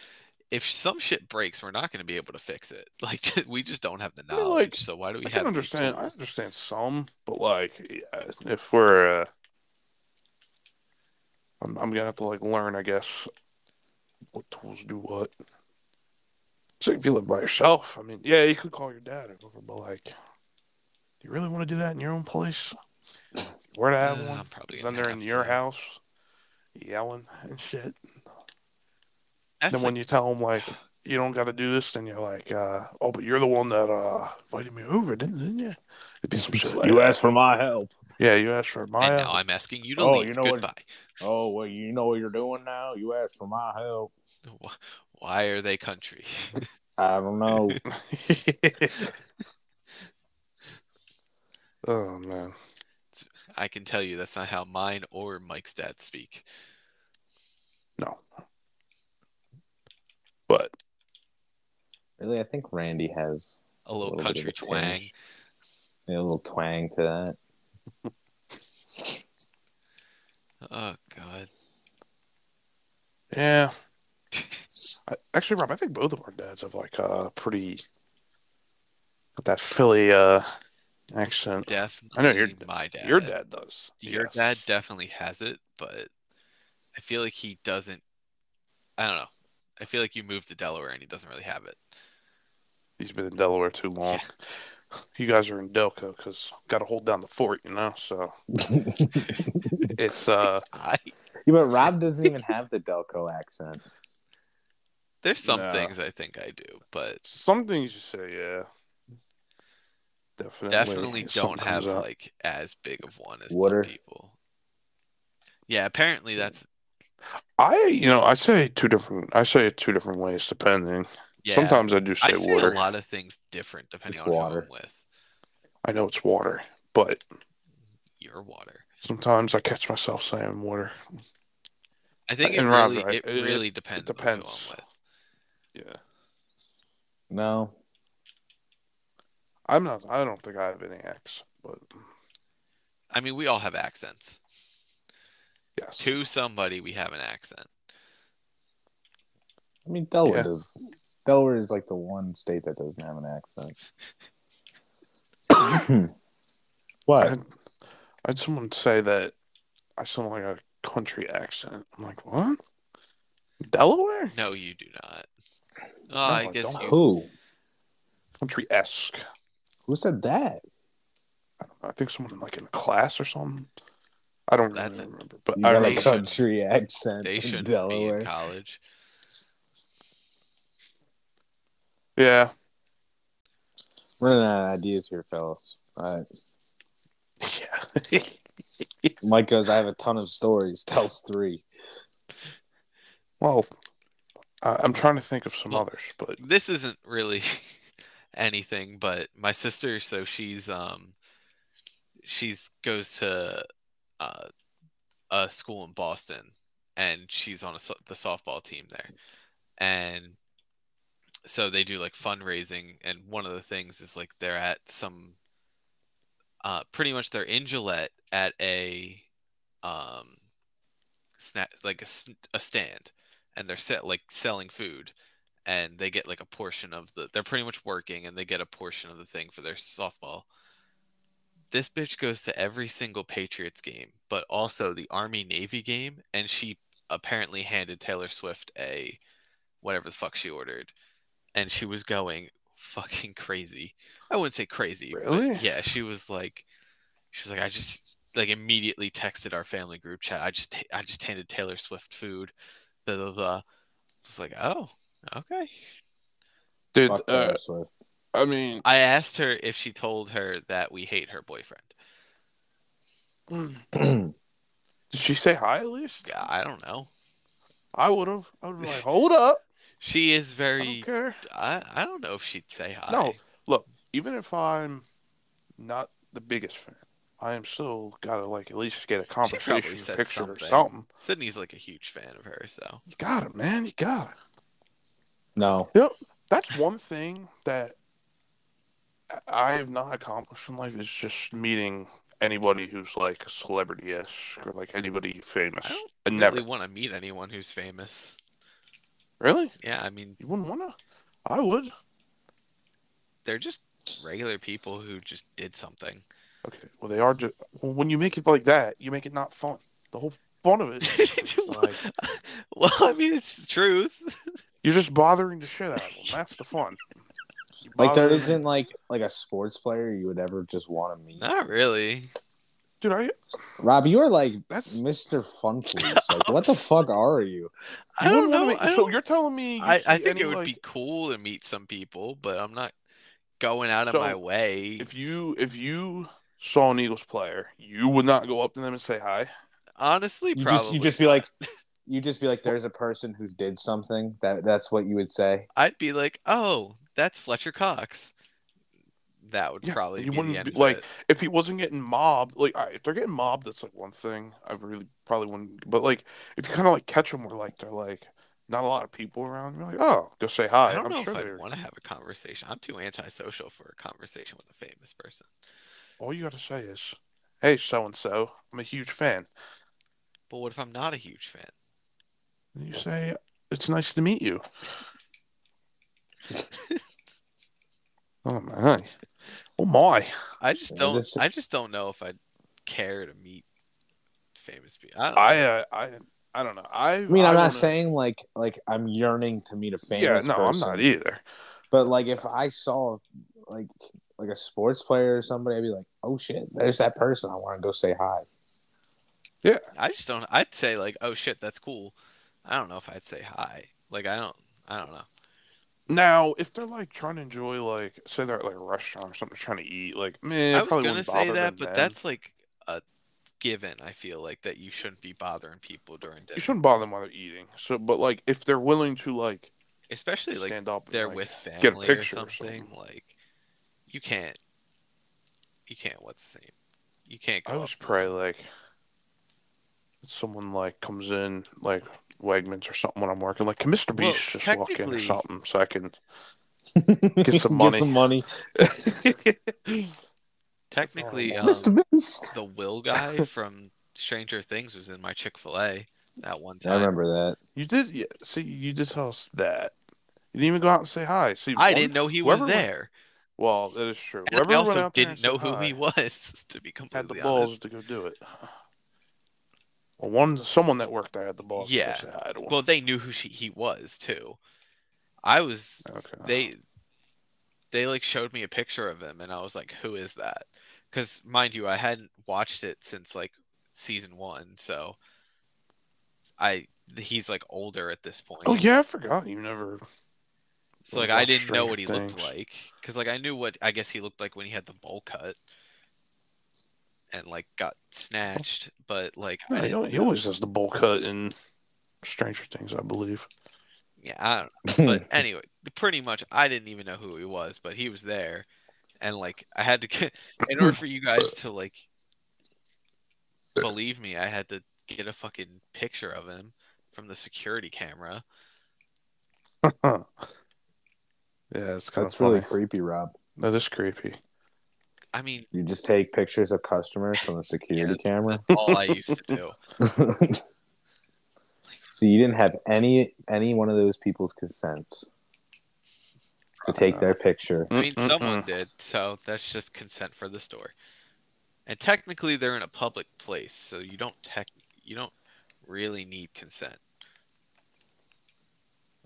Speaker 2: if some shit breaks, we're not going to be able to fix it. <laughs> Like, we just don't have the
Speaker 1: I mean, like,
Speaker 2: knowledge. so why do we
Speaker 1: I can
Speaker 2: have? these
Speaker 1: understand. I
Speaker 2: tools?
Speaker 1: understand some, but like, yeah, if we're, uh, I'm I'm gonna have to like learn, I guess, what tools do what. So if you live by yourself, I mean, yeah, you could call your dad or whatever, but like, do you really want to do that in your own place? Where to have
Speaker 2: Uh,
Speaker 1: one?
Speaker 2: I'm probably
Speaker 1: Is
Speaker 2: gonna
Speaker 1: under
Speaker 2: have
Speaker 1: in your
Speaker 2: to.
Speaker 1: house, yelling and shit.
Speaker 2: That's
Speaker 1: then
Speaker 2: like,
Speaker 1: when you tell them like you don't got to do this, then you're like, uh, oh, but you're the one that uh, invited me over, didn't, didn't you? It'd be some shit like that.
Speaker 3: for my help.
Speaker 1: Yeah, you asked for my.
Speaker 2: and
Speaker 1: uh,
Speaker 2: now I'm asking you to
Speaker 3: Oh,
Speaker 2: leave.
Speaker 3: you know what-
Speaker 2: Goodbye. <laughs>
Speaker 3: Oh well, you know what you're doing now. You asked for my help.
Speaker 2: Wh- Why are they country? <laughs>
Speaker 3: I
Speaker 1: <laughs>
Speaker 3: don't know.
Speaker 1: oh man,
Speaker 2: I can tell you that's not how mine or Mike's dad speak.
Speaker 1: no. But
Speaker 3: really, I think Randy has
Speaker 2: A little,
Speaker 3: bit of
Speaker 2: country
Speaker 3: a
Speaker 2: twang.
Speaker 3: tinge. Yeah, a little twang to that.
Speaker 2: Oh god.
Speaker 1: yeah, I, actually, Rob, I think both of our dads have like uh, pretty With that Philly uh, accent.
Speaker 2: Definitely.
Speaker 1: I know your-
Speaker 2: my dad.
Speaker 1: Your dad does.
Speaker 2: Your
Speaker 1: Yes.
Speaker 2: dad definitely has it, but I feel like he doesn't. I don't know. I feel like you moved to Delaware and he doesn't really have it.
Speaker 1: He's been in Delaware too long. <laughs> You guys are in Delco because got to hold down the fort, you know. So
Speaker 3: <laughs>
Speaker 1: it's
Speaker 2: <laughs>
Speaker 1: uh,
Speaker 2: I,
Speaker 3: Yeah, but Rob doesn't even have the Delco accent.
Speaker 2: there's some
Speaker 1: No.
Speaker 2: things I think I do, but
Speaker 1: some things you say, yeah, definitely,
Speaker 2: definitely
Speaker 1: something
Speaker 2: don't have
Speaker 1: comes up.
Speaker 2: like as big of one as
Speaker 3: Water.
Speaker 2: some people. Yeah, apparently that's
Speaker 1: I, you know, I say two different. I say it two different ways depending.
Speaker 2: yeah.
Speaker 1: Sometimes I do
Speaker 2: I
Speaker 1: say
Speaker 2: say
Speaker 1: water.
Speaker 2: a lot of things different depending
Speaker 3: It's
Speaker 2: on who
Speaker 3: water.
Speaker 2: I'm with.
Speaker 1: I know it's water, but
Speaker 2: Your water.
Speaker 1: sometimes I catch myself saying water.
Speaker 2: I think it
Speaker 1: And Rob,
Speaker 2: really,
Speaker 1: right,
Speaker 2: it,
Speaker 1: it-
Speaker 2: really depends. On
Speaker 1: depends.
Speaker 2: who I'm with.
Speaker 1: Yeah,
Speaker 3: No,
Speaker 1: I'm not. I don't think I have any accent, but
Speaker 2: I mean, we all have accents.
Speaker 1: yes,
Speaker 2: To somebody, we have an accent.
Speaker 3: I mean Delaware
Speaker 1: Yeah.
Speaker 3: does. Delaware is like the one state that doesn't have
Speaker 1: <coughs>
Speaker 3: an accent.
Speaker 1: I
Speaker 3: what?
Speaker 1: had, I had someone say that I sound like a country accent. I'm like, what? Delaware?
Speaker 2: No, you do not. Oh,
Speaker 1: I
Speaker 2: I guess
Speaker 1: don't.
Speaker 2: you.
Speaker 3: Who?
Speaker 1: Country esque.
Speaker 3: Who said that?
Speaker 1: I don't know. I think someone in like in a class or something. I don't really
Speaker 2: That's a-
Speaker 1: remember, but
Speaker 3: You
Speaker 1: I
Speaker 3: got
Speaker 2: really
Speaker 3: a
Speaker 1: remember.
Speaker 2: should-
Speaker 3: country accent
Speaker 2: They
Speaker 3: in
Speaker 2: shouldn't be
Speaker 3: Delaware.
Speaker 2: in college.
Speaker 1: yeah, <laughs>
Speaker 3: Running out of ideas here, fellas. All right.
Speaker 1: yeah. <laughs>
Speaker 3: Mike goes, I have a ton of stories. Tells three.
Speaker 1: well, I, I'm trying to think of some
Speaker 2: Well,
Speaker 1: others, but
Speaker 2: This isn't really <laughs> anything, but my sister, so she's um, she's goes to uh, a school in Boston, and she's on a, so- the softball team there, and so they do like fundraising, and one of the things is like they're at some, uh, pretty much they're in Gillette at a, um, snack like a, s- a stand, and they're set like selling food, and they get like a portion of the. They're pretty much working, and they get a portion of the thing for their softball. This bitch goes to every single Patriots game, but also the Army Navy game, and she apparently handed Taylor Swift a whatever the fuck she ordered, and she was going fucking crazy. I wouldn't say crazy, but
Speaker 1: Really?
Speaker 2: yeah, she was like, she was like, I just like immediately texted our family group chat. I just I just handed Taylor Swift food, blah blah blah. It's like, oh, okay.
Speaker 1: dude,
Speaker 3: Fuck
Speaker 1: uh,
Speaker 3: Taylor Swift.
Speaker 1: I mean,
Speaker 2: I asked her if she told her that we hate her boyfriend.
Speaker 1: did she say hi at least?
Speaker 2: Yeah, I don't know.
Speaker 1: I would have. I would have like, hold up.
Speaker 2: She is
Speaker 1: I
Speaker 2: very.
Speaker 1: don't care.
Speaker 2: I, I don't know if she'd say hi.
Speaker 1: No, look, even if I'm not the biggest fan, I am still gotta like at least get a
Speaker 2: She
Speaker 1: conversation,
Speaker 2: probably
Speaker 1: picture,
Speaker 2: said
Speaker 1: or
Speaker 2: something.
Speaker 1: something.
Speaker 2: Sydney's like a huge fan of her, so
Speaker 1: You got it, man. You got it.
Speaker 3: <clears throat> No.
Speaker 1: That's one thing that I- I have not accomplished in life is just meeting anybody who's like a celebrity ish or like anybody famous.
Speaker 2: I don't
Speaker 1: I
Speaker 2: really
Speaker 1: never
Speaker 2: want to meet anyone who's famous.
Speaker 1: really.
Speaker 2: Yeah, I mean,
Speaker 1: You wouldn't wanna. I would.
Speaker 2: they're just regular people who just did something.
Speaker 1: Okay. Well, they are just. Well, when you make it like that, you make it not fun. The whole fun of
Speaker 2: <laughs>
Speaker 1: it, is, like
Speaker 2: well, I mean, it's the truth.
Speaker 1: You're just bothering the shit out of them. That's the fun. You
Speaker 3: Like
Speaker 1: bother
Speaker 3: there
Speaker 1: them.
Speaker 3: isn't like like a sports player you would ever just want to meet.
Speaker 2: Not really.
Speaker 1: dude. I
Speaker 3: Rob, you are like
Speaker 1: that's
Speaker 3: Mr.
Speaker 1: <laughs>
Speaker 3: Funfleece. Like what the fuck are you?
Speaker 2: I don't know. I
Speaker 1: so
Speaker 2: don't-
Speaker 1: you're telling me? you
Speaker 2: <laughs> I, I
Speaker 1: see
Speaker 2: think
Speaker 1: any,
Speaker 2: it would
Speaker 1: like,
Speaker 2: be cool to meet some people, but I'm not going out of
Speaker 1: So,
Speaker 2: my way.
Speaker 1: if you if you saw an Eagles player, you would not go up to them and say hi.
Speaker 2: Honestly,
Speaker 3: You
Speaker 2: probably.
Speaker 3: just you just be like
Speaker 1: <laughs>
Speaker 3: you just be like there's a person who's did something that that's what you would say.
Speaker 2: I'd be like, oh, that's Fletcher Cox. That would
Speaker 1: Yeah,
Speaker 2: probably
Speaker 1: you
Speaker 2: be
Speaker 1: wouldn't
Speaker 2: the end
Speaker 1: be-
Speaker 2: of
Speaker 1: like,
Speaker 2: it.
Speaker 1: If he wasn't getting mobbed, like all right, if they're getting mobbed, that's like one thing. I really probably wouldn't. But like if you kind of like catch them, where like they're like not a lot of people around, you're like, oh, go say hi.
Speaker 2: I don't
Speaker 1: am
Speaker 2: know
Speaker 1: sure
Speaker 2: if I
Speaker 1: they're.
Speaker 2: want to have a conversation. I'm too antisocial for a conversation with a famous person.
Speaker 1: All you gotta say is, hey, so and so, I'm a huge fan.
Speaker 2: But what if I'm not a huge fan?
Speaker 1: And you say,
Speaker 3: <laughs>
Speaker 1: it's nice to meet you. Oh my! Oh my!
Speaker 2: I just
Speaker 3: Yeah,
Speaker 2: don't.
Speaker 3: this is-
Speaker 2: I just don't know if I care to meet famous people. I, don't
Speaker 1: I uh, I I don't know. I
Speaker 3: I mean, I'm not
Speaker 1: wanna-
Speaker 3: saying like like I'm yearning to meet a famous.
Speaker 1: Yeah, no, I'm
Speaker 3: person,
Speaker 1: not either.
Speaker 3: But like, if I saw like like a sports player or somebody, I'd be like, oh shit, there's that person. I want to go say hi.
Speaker 2: I just don't. I'd say like, oh shit, that's cool. I don't know if I'd say hi. Like, I don't. I don't know.
Speaker 1: Now, if they're like trying to enjoy, like, say they're at like a restaurant or something, trying to eat, like, man,
Speaker 2: I was
Speaker 1: probably
Speaker 2: gonna
Speaker 1: wouldn't
Speaker 2: say
Speaker 1: bother
Speaker 2: that,
Speaker 1: them
Speaker 2: but
Speaker 1: then.
Speaker 2: that's like a given. I feel like that you shouldn't be bothering people during dinner,
Speaker 1: you shouldn't bother them while they're eating. So, but like, if they're willing to like
Speaker 2: especially like
Speaker 1: stand up, and,
Speaker 2: they're
Speaker 1: like,
Speaker 2: with
Speaker 1: a
Speaker 2: family or
Speaker 1: picture or
Speaker 2: something.
Speaker 1: something.
Speaker 2: Like, you can't. You can't. What's the name? You can't
Speaker 1: I
Speaker 2: go.
Speaker 1: was
Speaker 2: Up.
Speaker 1: probably like someone like comes in like Wegmans or something when I'm working. Like, can Mr.
Speaker 2: Well,
Speaker 1: Beast just walk in or
Speaker 2: technically-
Speaker 1: something so I can?
Speaker 3: Get
Speaker 1: some money.
Speaker 3: <laughs> Get some money,
Speaker 2: Technically,
Speaker 1: I
Speaker 2: um,
Speaker 3: Oh, Mr. Beast.
Speaker 2: the Will guy from Stranger Things was in my Chick Fil A that one time.
Speaker 3: I remember that.
Speaker 1: you did, yeah. See, you did tell us that. You didn't even go out and say hi. See,
Speaker 2: I
Speaker 1: one-
Speaker 2: didn't know he was
Speaker 1: whoever went-
Speaker 2: there.
Speaker 1: Well, that is true.
Speaker 2: And I
Speaker 1: Whoever went
Speaker 2: also
Speaker 1: out there and
Speaker 2: didn't know
Speaker 1: said
Speaker 2: who
Speaker 1: hi
Speaker 2: he was, <laughs> to
Speaker 1: Had
Speaker 2: be
Speaker 1: the
Speaker 2: completely
Speaker 1: balls
Speaker 2: honest.
Speaker 1: to go do it. Well, one someone that worked there had the balls.
Speaker 2: Yeah.
Speaker 1: To go say hi to him.
Speaker 2: Well, they knew who she, he was too. I was
Speaker 1: okay.
Speaker 2: they they like showed me a picture of him and I was like, "Who is that?" Cuz mind you, I hadn't watched it since like season 1, so I he's like older at this point.
Speaker 1: Oh yeah, I forgot. You never.
Speaker 2: So like
Speaker 1: Well,
Speaker 2: I didn't know
Speaker 1: Stranger
Speaker 2: what he looked
Speaker 1: Things.
Speaker 2: like because like I knew what I guess he looked like when he had the bowl cut and like got snatched, but like I
Speaker 1: No, Oh. he
Speaker 2: didn't-
Speaker 1: al- he always has the bowl cut in Stranger Things, I believe.
Speaker 2: yeah, I don't know.
Speaker 3: <laughs>
Speaker 2: But anyway, pretty much I didn't even know who he was, but he was there, and like I had to get <laughs> in order for you guys to like believe me, I had to get a fucking picture of him from the security camera.
Speaker 1: Yeah, it's kind
Speaker 3: That's
Speaker 1: of
Speaker 3: really
Speaker 1: funny.
Speaker 3: creepy, Rob.
Speaker 1: That is creepy.
Speaker 2: I mean,
Speaker 3: You just take pictures of customers from the security camera.
Speaker 2: that's all I used to do.
Speaker 3: so you didn't have any any one of those people's consent to take their picture.
Speaker 2: I mean,
Speaker 1: Mm, mm,
Speaker 2: someone
Speaker 1: mm.
Speaker 2: did, so that's just consent for the store. And technically, they're in a public place, so you don't tech you don't really need consent.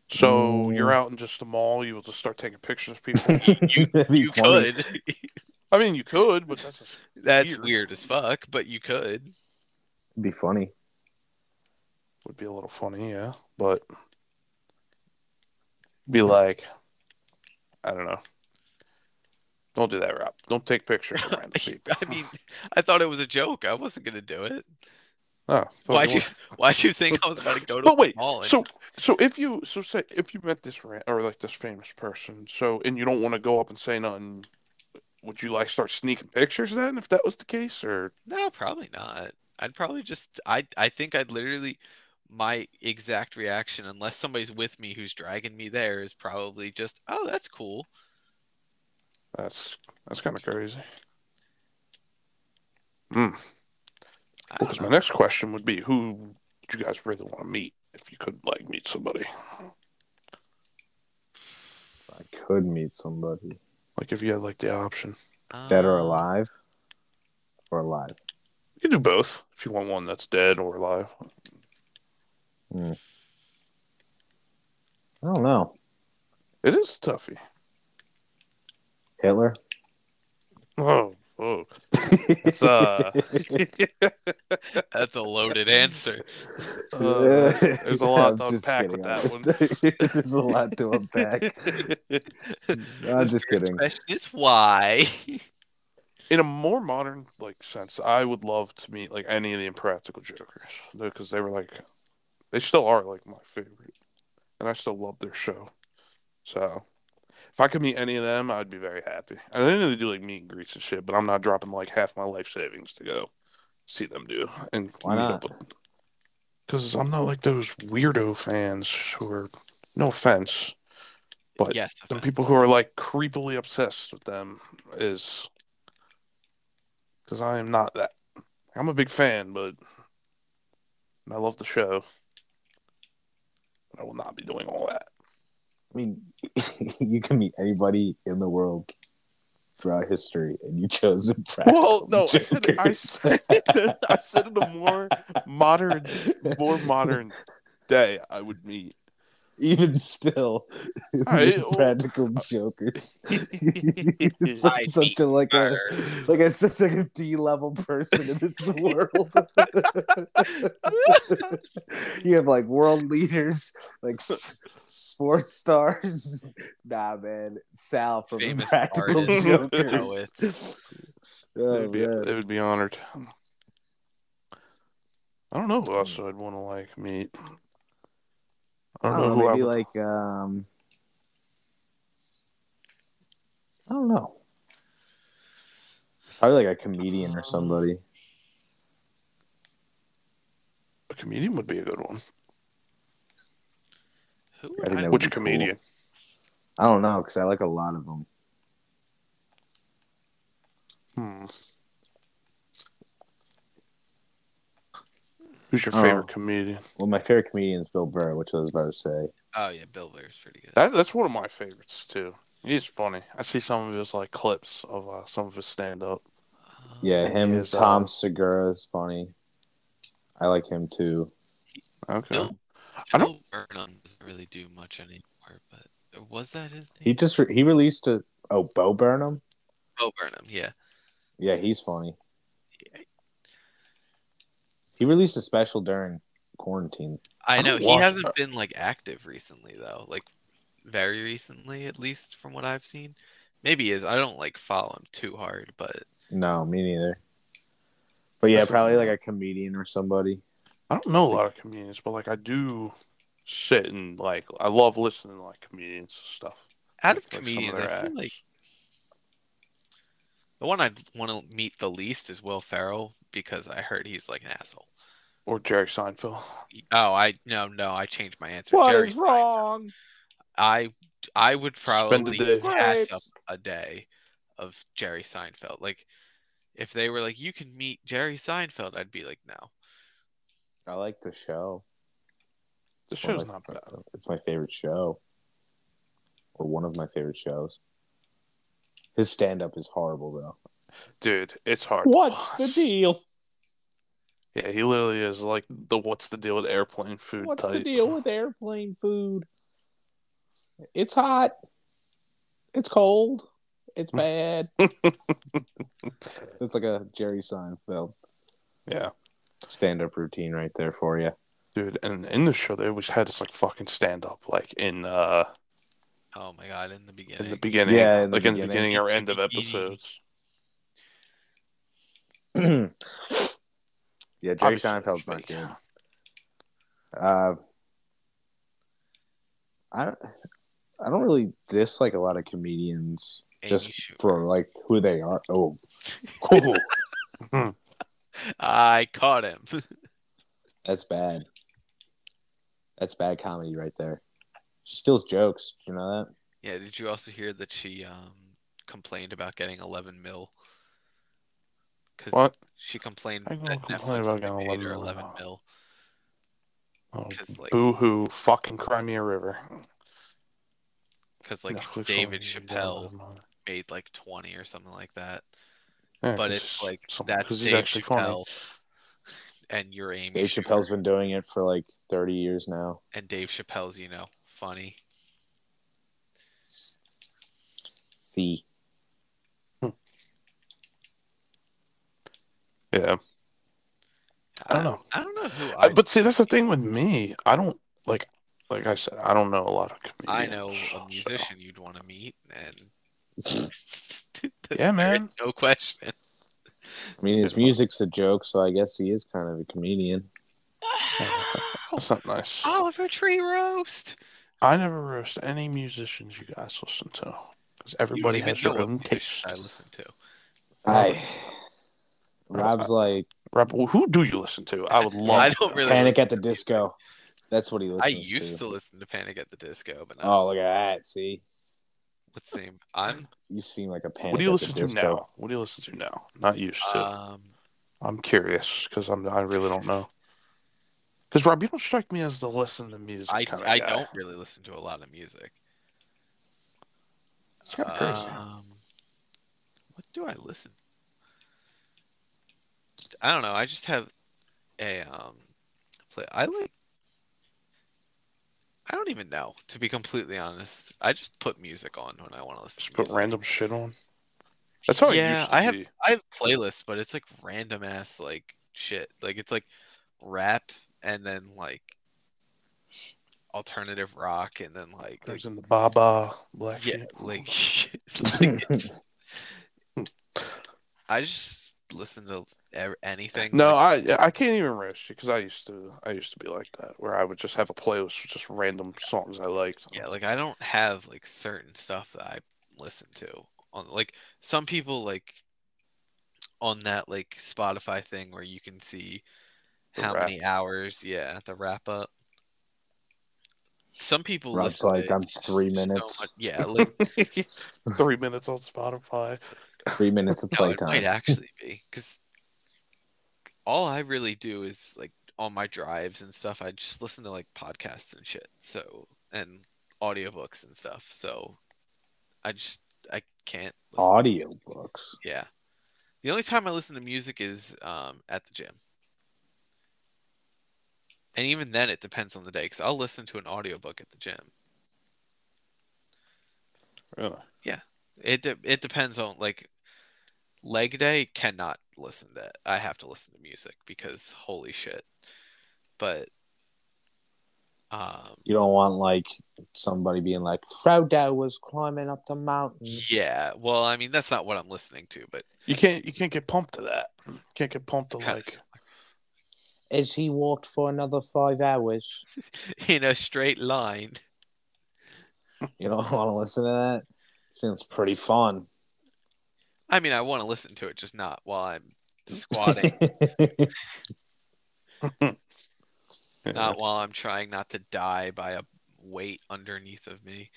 Speaker 1: So
Speaker 3: Mm.
Speaker 1: you're out in just the mall. You will just start taking pictures of people. <laughs>
Speaker 2: You,
Speaker 3: <laughs> That'd be
Speaker 2: you
Speaker 3: funny.
Speaker 2: could. <laughs>
Speaker 1: I mean, you could, but that's just,
Speaker 2: that's
Speaker 1: Weird.
Speaker 2: weird. as fuck, but you could.
Speaker 3: It'd be funny.
Speaker 1: would be a little funny, yeah. But be like, I don't know. Don't do that, Rob. Don't take pictures of
Speaker 2: <laughs>
Speaker 1: random people.
Speaker 2: I mean, I thought it was a joke. I wasn't gonna do it.
Speaker 1: oh, so
Speaker 2: Why'd
Speaker 1: you
Speaker 2: you <laughs> Why'd you think I was about to go to
Speaker 1: But wait,
Speaker 2: the mall? and-
Speaker 1: So, so if you so say if you met this ran or like this famous person, so and you don't want to go up and say nothing, would you like start sneaking pictures then if that was the case? Or
Speaker 2: No, probably not. I'd probably just I I think I'd literally my exact reaction, unless somebody's with me who's dragging me there, is probably just, oh, that's cool.
Speaker 1: that's that's kind of crazy.
Speaker 2: I don't
Speaker 1: Because my next question would be, who would you guys really want to meet if you could like meet somebody?
Speaker 3: I could meet somebody
Speaker 1: Like if you had like the option,
Speaker 2: know.
Speaker 3: dead or
Speaker 1: Uh,
Speaker 2: Um,
Speaker 3: alive, or alive.
Speaker 1: you could do both if you want one that's dead or alive.
Speaker 3: I don't know.
Speaker 1: It is toughy.
Speaker 3: Hitler.
Speaker 1: Oh, oh, it's
Speaker 3: <laughs>
Speaker 1: uh,
Speaker 2: <laughs> That's a loaded answer.
Speaker 1: uh there's a lot
Speaker 3: I'm
Speaker 1: to
Speaker 3: just
Speaker 1: unpack with that one.
Speaker 3: one. <laughs> there's a lot to unpack. I'm just
Speaker 1: <laughs>
Speaker 2: <laughs>
Speaker 3: kidding.
Speaker 2: Question is why?
Speaker 1: in a more modern like sense, I would love to meet like any of the Impractical Jokers because they were like, they still are like my favorite, and I still love their show. So if I could meet any of them, I'd be very happy. I know they do like meet and greets and shit, but I'm not dropping like half my life savings to go see them do and
Speaker 3: Why not?
Speaker 1: Because I'm not like those weirdo fans who are, no offense, But
Speaker 2: yes.
Speaker 1: the people who are like creepily obsessed with them is because I am not that. I'm a big fan, but and I love the show. But I will not be doing all that.
Speaker 3: <laughs> I mean, you can meet anybody in the world throughout history, and you chose impractical
Speaker 1: Well,
Speaker 3: <laughs>
Speaker 1: no, I said, I,
Speaker 3: jokers.
Speaker 1: said, <laughs> I said in a more modern, more modern day, I would meet.
Speaker 3: <laughs> Even still,
Speaker 1: right,
Speaker 3: the
Speaker 1: well- uh, <laughs>
Speaker 3: practical jokers. <laughs> it's
Speaker 2: I'd
Speaker 3: such
Speaker 2: be
Speaker 3: a like a
Speaker 2: murdered.
Speaker 3: like a such like a D level person in
Speaker 1: <laughs>
Speaker 3: this world. <laughs> you have like world leaders, like s- sports stars. <laughs> Nah, man, Sal from
Speaker 2: Famous
Speaker 3: Practical
Speaker 1: artists,
Speaker 3: Jokers. Oh,
Speaker 1: they'd, be,
Speaker 3: man.
Speaker 1: they would be honored. I don't know who else I'd want to like meet. I
Speaker 3: Hmm. I
Speaker 1: don't,
Speaker 3: don't
Speaker 1: know, who
Speaker 3: know,
Speaker 1: I
Speaker 3: Oh, maybe
Speaker 1: would.
Speaker 3: like um, I don't know. Probably like a comedian or somebody.
Speaker 1: a comedian would be a good one.
Speaker 2: Who
Speaker 3: I
Speaker 2: would
Speaker 3: think
Speaker 2: I
Speaker 3: that would be
Speaker 1: Which
Speaker 3: cool.
Speaker 1: comedian?
Speaker 3: I don't know because I like a lot of them.
Speaker 1: Hmm. Who's your
Speaker 3: Oh.
Speaker 1: favorite comedian?
Speaker 3: Well, my favorite comedian is Bill Burr, which I was about to say.
Speaker 2: Oh yeah, Bill Burr's pretty good.
Speaker 1: That, that's one of my favorites too. He's funny. I see some of his like clips of uh, some of his stand up.
Speaker 2: Um,
Speaker 3: Yeah,
Speaker 1: And
Speaker 3: him.
Speaker 1: his, uh,
Speaker 3: Tom Segura is funny. I like him too.
Speaker 1: Okay.
Speaker 2: Bill,
Speaker 1: I
Speaker 2: Bill Burnham doesn't really do much anymore, but was that his
Speaker 3: He
Speaker 2: name?
Speaker 3: just re- he released a oh Bo Burnham.
Speaker 2: Bill Burnham, yeah.
Speaker 3: Yeah, he's funny. He released a special during quarantine.
Speaker 2: I
Speaker 1: I
Speaker 2: know
Speaker 1: don't
Speaker 2: he
Speaker 1: watch
Speaker 2: hasn't
Speaker 1: that.
Speaker 2: been like active recently though, like very recently at least from what I've seen. Maybe he is. I don't like follow him too hard, but
Speaker 3: No, me neither. But yeah,
Speaker 1: That's-
Speaker 3: probably like a comedian or somebody.
Speaker 1: I don't know a lot of comedians, but like I do sit and like I love listening to like comedians and stuff.
Speaker 2: out of
Speaker 1: Like, some of
Speaker 2: comedians,
Speaker 1: their
Speaker 2: I feel
Speaker 1: acts.
Speaker 2: like the one I want to meet the least is Will Ferrell because I heard he's like an asshole.
Speaker 1: or Jerry Seinfeld.
Speaker 2: Oh, I no no, I changed my answer.
Speaker 3: What is
Speaker 2: Jerry Seinfeld. I I would
Speaker 1: Spend the
Speaker 2: probably
Speaker 1: day.
Speaker 2: pass
Speaker 3: Grapes.
Speaker 2: up a day of Jerry Seinfeld. Like if they were like, you can meet Jerry Seinfeld, I'd be like, no.
Speaker 3: I like the show.
Speaker 1: The
Speaker 3: one
Speaker 1: show's
Speaker 3: of
Speaker 1: not
Speaker 3: my-
Speaker 1: bad.
Speaker 3: It's my favorite show, or one of my favorite shows. His stand up is horrible though.
Speaker 1: Dude, it's hard. to
Speaker 3: What's the
Speaker 1: watch.
Speaker 3: deal?
Speaker 1: <sighs> Yeah, he literally is like the what's the deal with airplane food
Speaker 3: What's the
Speaker 1: type.
Speaker 3: deal with airplane food? It's hot. It's cold.
Speaker 1: <laughs>
Speaker 3: It's bad. it's like a Jerry Seinfeld
Speaker 1: Yeah.
Speaker 3: stand up routine right there for you.
Speaker 1: Dude, and in the show they always had this like fucking stand up like in uh
Speaker 2: Oh my god, in the beginning.
Speaker 1: in the beginning.
Speaker 3: Yeah, in the
Speaker 1: like in the
Speaker 3: beginning.
Speaker 1: beginning or end of episodes.
Speaker 3: <clears throat> yeah, Jerry
Speaker 1: Obviously,
Speaker 3: Seinfeld's not
Speaker 1: like,
Speaker 3: good. Uh, I don't, I don't really dislike a lot of comedians
Speaker 2: Amy
Speaker 3: just
Speaker 2: Schumer.
Speaker 3: for like who they are. Oh,
Speaker 2: I caught him.
Speaker 3: <laughs>
Speaker 2: <laughs>
Speaker 3: That's bad. That's bad comedy right there. She steals jokes. Did you know that?
Speaker 2: yeah, did you also hear that she um complained about getting 11 mil? Cuz
Speaker 1: What?
Speaker 2: she complained
Speaker 1: I don't
Speaker 2: that
Speaker 1: complain
Speaker 2: Netflix
Speaker 1: about
Speaker 2: only
Speaker 1: getting
Speaker 2: paid her
Speaker 1: 11 mil.
Speaker 2: 11 mil.
Speaker 1: Oh,
Speaker 2: 'Cause, like-
Speaker 1: boo hoo, fucking Crimea River.
Speaker 2: Cuz like
Speaker 1: Netflix only
Speaker 2: David
Speaker 1: gave me
Speaker 2: Chappelle
Speaker 1: 11 on it.
Speaker 2: made like 20 or something like that.
Speaker 1: <laughs> Yeah,
Speaker 2: but
Speaker 1: 'cause
Speaker 2: it's like
Speaker 1: some-
Speaker 2: that's
Speaker 1: 'cause he's
Speaker 2: Dave
Speaker 1: actually funny.
Speaker 2: Chappelle, and your Amy
Speaker 3: Dave
Speaker 2: Schumer,
Speaker 3: Chappelle's been doing it for like 30 years now.
Speaker 2: and Dave Chappelle's you know funny.
Speaker 3: See.
Speaker 1: Yeah, I don't
Speaker 2: Uh,
Speaker 1: know.
Speaker 2: I don't know who I,
Speaker 1: I, but see, that's the thing with me. I don't like, like I said, I don't know a lot of
Speaker 2: I
Speaker 1: comedians.
Speaker 2: know
Speaker 1: so-
Speaker 2: a musician you'd want to meet, and
Speaker 1: <laughs>
Speaker 2: <laughs>
Speaker 1: Yeah, man. <laughs>
Speaker 2: no question.
Speaker 3: I mean, his music's a joke, so I guess he is kind of a comedian.
Speaker 1: That's not nice.
Speaker 2: Oliver Tree roast.
Speaker 1: I never roast any musicians you guys listen to because
Speaker 2: You don't
Speaker 1: everybody
Speaker 2: even
Speaker 1: has their
Speaker 2: know what
Speaker 1: own
Speaker 2: musicians
Speaker 1: taste.
Speaker 2: I listen to.
Speaker 3: I. Rob's like
Speaker 1: Rob, who do you listen to? I would love.
Speaker 2: I
Speaker 1: to
Speaker 2: don't
Speaker 1: know.
Speaker 2: really-
Speaker 3: Panic at the Disco. That's what he listens
Speaker 2: I
Speaker 3: to.
Speaker 2: used to listen to Panic at the Disco, but now
Speaker 3: Oh, look at that. See?
Speaker 2: let's see. I'm
Speaker 3: You seem like a panic
Speaker 1: What do you
Speaker 3: at the
Speaker 1: listen to
Speaker 3: Disco.
Speaker 1: now? What do you listen to now? Not used to.
Speaker 2: um,
Speaker 1: I'm curious because I'm I really don't know. Because Rob, you don't strike me as the listen to music
Speaker 2: I
Speaker 1: kind of
Speaker 2: I
Speaker 1: guy.
Speaker 2: don't really listen to a lot of music. uh,
Speaker 1: It's kinda crazy.
Speaker 2: Um, What do I listen? I don't know. I just have a um play. I like. I don't even know to be completely honest. I just put music on when I want to listen.
Speaker 1: Just
Speaker 2: to
Speaker 1: put
Speaker 2: music.
Speaker 1: random shit on. That's how it
Speaker 2: Yeah,
Speaker 1: used to
Speaker 2: I have-
Speaker 1: be.
Speaker 2: I have playlists, but it's like random ass like shit. Like it's like rap and then like alternative rock and then like, like
Speaker 1: There's in the Baba Black
Speaker 2: yeah,
Speaker 1: shit.
Speaker 2: like, like <laughs> I just listen to ev- anything.
Speaker 1: No,
Speaker 2: like,
Speaker 1: I I can't even rush because I used to I used to be like that where I would just have a playlist with just random songs I liked.
Speaker 2: yeah, like I don't have like certain stuff that I listen to on like some people like on that like Spotify thing where you can see
Speaker 1: The
Speaker 2: how
Speaker 1: wrap.
Speaker 2: many hours, yeah, the wrap up. Some people
Speaker 3: Rob's
Speaker 2: listen to
Speaker 3: like,
Speaker 2: it
Speaker 3: "I'm three
Speaker 2: so
Speaker 3: minutes."
Speaker 2: much- yeah, like
Speaker 1: <laughs> Three minutes on Spotify.
Speaker 3: Three
Speaker 1: <laughs>
Speaker 3: minutes of
Speaker 2: no, it
Speaker 3: playtime.
Speaker 2: might actually be because all I really do is like on my drives and stuff. I just listen to like podcasts and shit, so and audiobooks and stuff. So I just I can't. Listen.
Speaker 3: Audio books.
Speaker 2: Yeah, the only time I listen to music is um, at the gym. And even then, it depends on the day because I'll listen to an audiobook at the gym.
Speaker 1: Really?
Speaker 2: It de- it depends on like leg day cannot listen to I have to listen to music because holy shit. But um
Speaker 3: You don't want like somebody being like Frodo was climbing up the mountain.
Speaker 2: yeah, well I mean that's not what I'm listening to, but <laughs>
Speaker 1: You can't you can't get pumped to that. You can't get pumped to
Speaker 2: kinda
Speaker 1: like
Speaker 3: As he walked for another five hours.
Speaker 2: similar. in a straight line.
Speaker 3: You don't <laughs> want to listen to that. Sounds pretty fun.
Speaker 2: I mean I want to listen to it just not while I'm
Speaker 1: <laughs>
Speaker 2: squatting, not while I'm trying not to die by a weight underneath of me.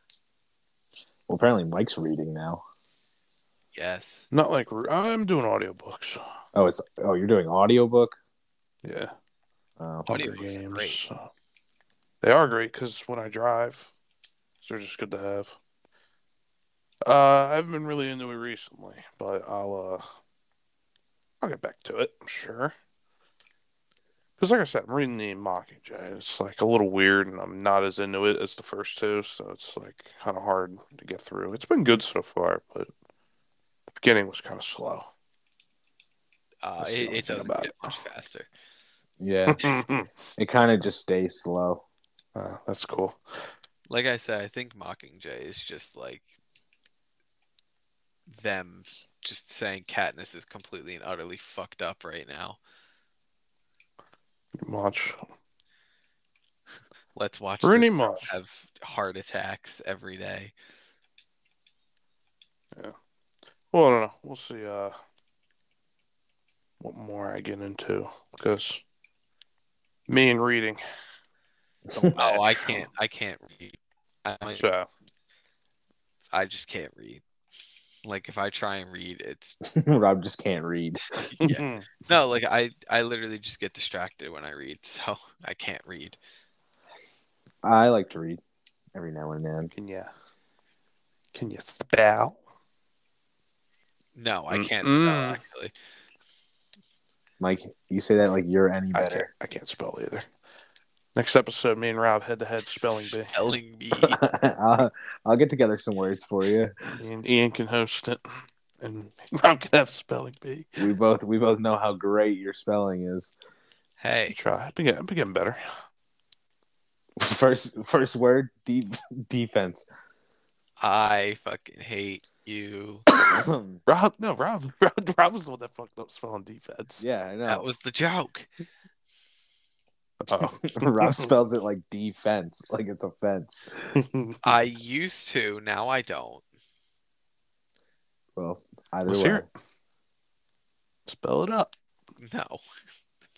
Speaker 3: <laughs> well, apparently Mike's reading now.
Speaker 2: Yes.
Speaker 1: not like I'm doing audiobooks.
Speaker 3: Oh, it's oh you're doing audiobook.
Speaker 1: Yeah.
Speaker 3: Oh,
Speaker 1: Hunger
Speaker 2: Audiobooks are
Speaker 1: Games.
Speaker 2: great.
Speaker 1: uh, They are great because when I drive, they're just good to have. Uh, I haven't been really into it recently, but I'll uh, I'll get back to it. I'm sure. Because, like I said, I'm reading the Mockingjay. It's like a little weird, and I'm not as into it as the first two, so it's like kind of hard to get through. It's been good so far, but the beginning was kind of slow. <laughs>
Speaker 2: Uh,
Speaker 1: That's the
Speaker 2: it,
Speaker 1: only
Speaker 2: it
Speaker 1: thing
Speaker 2: doesn't
Speaker 1: about
Speaker 2: get
Speaker 1: it.
Speaker 2: much faster.
Speaker 1: <laughs>
Speaker 3: yeah.
Speaker 1: uh,
Speaker 3: It kind of just stays slow. <laughs>
Speaker 1: that's cool.
Speaker 2: like I said, I think Mockingjay is just like them just saying Katniss is completely and utterly fucked up right now.
Speaker 1: Pretty much.
Speaker 2: Let's watch this
Speaker 1: Pretty
Speaker 2: girl
Speaker 1: much.
Speaker 2: have heart attacks
Speaker 1: <laughs>
Speaker 2: every day.
Speaker 1: Well, I don't know. We'll see uh, what more I get into because me and reading. don't
Speaker 2: Oh, I
Speaker 1: match.
Speaker 2: can't. I can't read. I might-
Speaker 1: So,
Speaker 2: I just can't read. Like if I try and read, it's
Speaker 3: Rob just can't read.
Speaker 2: yeah. no. Like I, I literally just get distracted when I read, <laughs> so I can't read.
Speaker 3: I like to read every now and then.
Speaker 1: <laughs> can you can you spell?
Speaker 2: No, I can't
Speaker 1: Mm-mm.
Speaker 2: spell actually.
Speaker 3: Mike, you say that like you're any
Speaker 1: I can't.
Speaker 3: better. <laughs>
Speaker 1: I can't spell either. Next episode, me and Rob head to head spelling bee.
Speaker 2: Spelling bee.
Speaker 1: <laughs>
Speaker 3: I'll, I'll get together some words for you.
Speaker 1: Ian, Ian can host it, and <laughs> Rob can have spelling bee.
Speaker 3: We both we both know how great your spelling is. <laughs>
Speaker 1: I
Speaker 2: hey,
Speaker 1: try. I've been getting, I've been getting better.
Speaker 3: First first word de- defense. <laughs>
Speaker 2: I fucking hate you.
Speaker 1: Rob, no, Rob, <laughs> Rob, Rob was the one that fucked up spelling defense.
Speaker 3: yeah, I
Speaker 2: That
Speaker 3: know.
Speaker 2: was the joke.
Speaker 1: Oh.
Speaker 3: <laughs>
Speaker 1: <laughs>
Speaker 3: Rob spells it like defense, like it's offense.
Speaker 2: I used to, now I don't.
Speaker 3: Well, either
Speaker 1: Let's
Speaker 3: way,
Speaker 1: hear <laughs> spell it up.
Speaker 2: No. <laughs>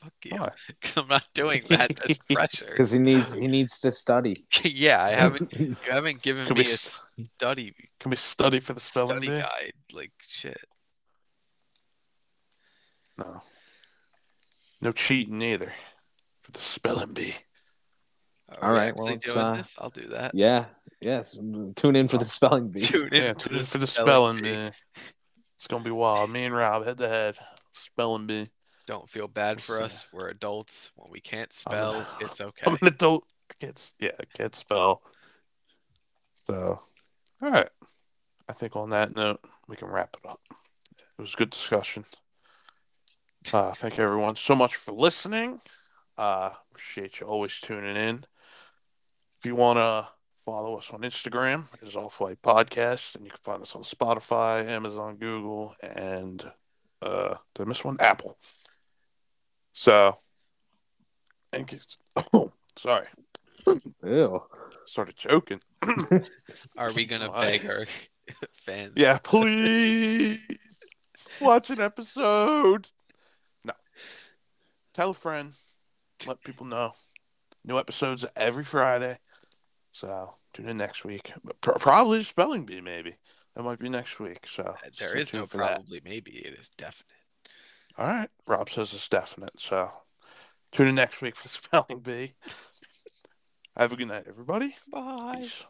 Speaker 2: Fuck you.
Speaker 1: Why?
Speaker 2: 'Cause <laughs> I'm not
Speaker 1: <laughs>
Speaker 2: doing that. That's pressure.
Speaker 3: because he needs he needs to study.
Speaker 2: <laughs> yeah,
Speaker 1: <laughs>
Speaker 2: I haven't
Speaker 3: <laughs>
Speaker 2: you haven't given
Speaker 1: Can
Speaker 2: me
Speaker 1: we
Speaker 2: a
Speaker 1: s-
Speaker 2: study
Speaker 1: Can we study for the spelling
Speaker 2: study
Speaker 1: bee?
Speaker 2: guide. Like shit.
Speaker 1: No. No cheating either for the spelling bee.
Speaker 2: Are
Speaker 3: All
Speaker 2: we
Speaker 3: right,
Speaker 2: actually
Speaker 3: well, it's,
Speaker 2: doing
Speaker 3: uh,
Speaker 2: this? I'll do that. <laughs>
Speaker 3: Yeah, yes. Tune in for the spelling bee.
Speaker 2: Tune in
Speaker 1: Yeah,
Speaker 2: for
Speaker 1: tune in for the
Speaker 2: spelling
Speaker 1: spelling
Speaker 2: bee.
Speaker 1: bee. It's gonna be wild. Me and Rob head to head. Spelling bee.
Speaker 2: Don't feel bad for
Speaker 3: Yeah.
Speaker 2: us. We're adults. When we can't
Speaker 1: Oh,
Speaker 2: spell,
Speaker 1: <laughs>
Speaker 2: it's okay.
Speaker 1: I'm an adult. I can't. s- Yeah, I can't spell. So, all right. I think on that note, we can wrap it up. It was a good discussion. Uh, thank everyone so much for listening. Uh, appreciate you always tuning in. If you want to follow us on Instagram, it's Off White Podcast, and you can find us on Spotify, Amazon, Google, and uh, did I miss one? Apple. So, thank you. Oh, sorry.
Speaker 3: Ew.
Speaker 1: Started choking.
Speaker 2: Are we gonna
Speaker 1: Why?
Speaker 2: beg our <laughs> fans? <laughs>
Speaker 1: Yeah, please watch an episode. No. Tell a friend. Let people know. New episodes every Friday. So tune in next week. Pro- Probably spelling bee, maybe. That might be next week. So
Speaker 2: Uh, There
Speaker 1: stay
Speaker 2: is no
Speaker 1: tuned for that.
Speaker 2: probably. Maybe it is definite.
Speaker 1: All right. Rob says it's definite. So <laughs> tune in next week for spelling bee. Have a good night, everybody.
Speaker 2: Bye.
Speaker 1: Peace.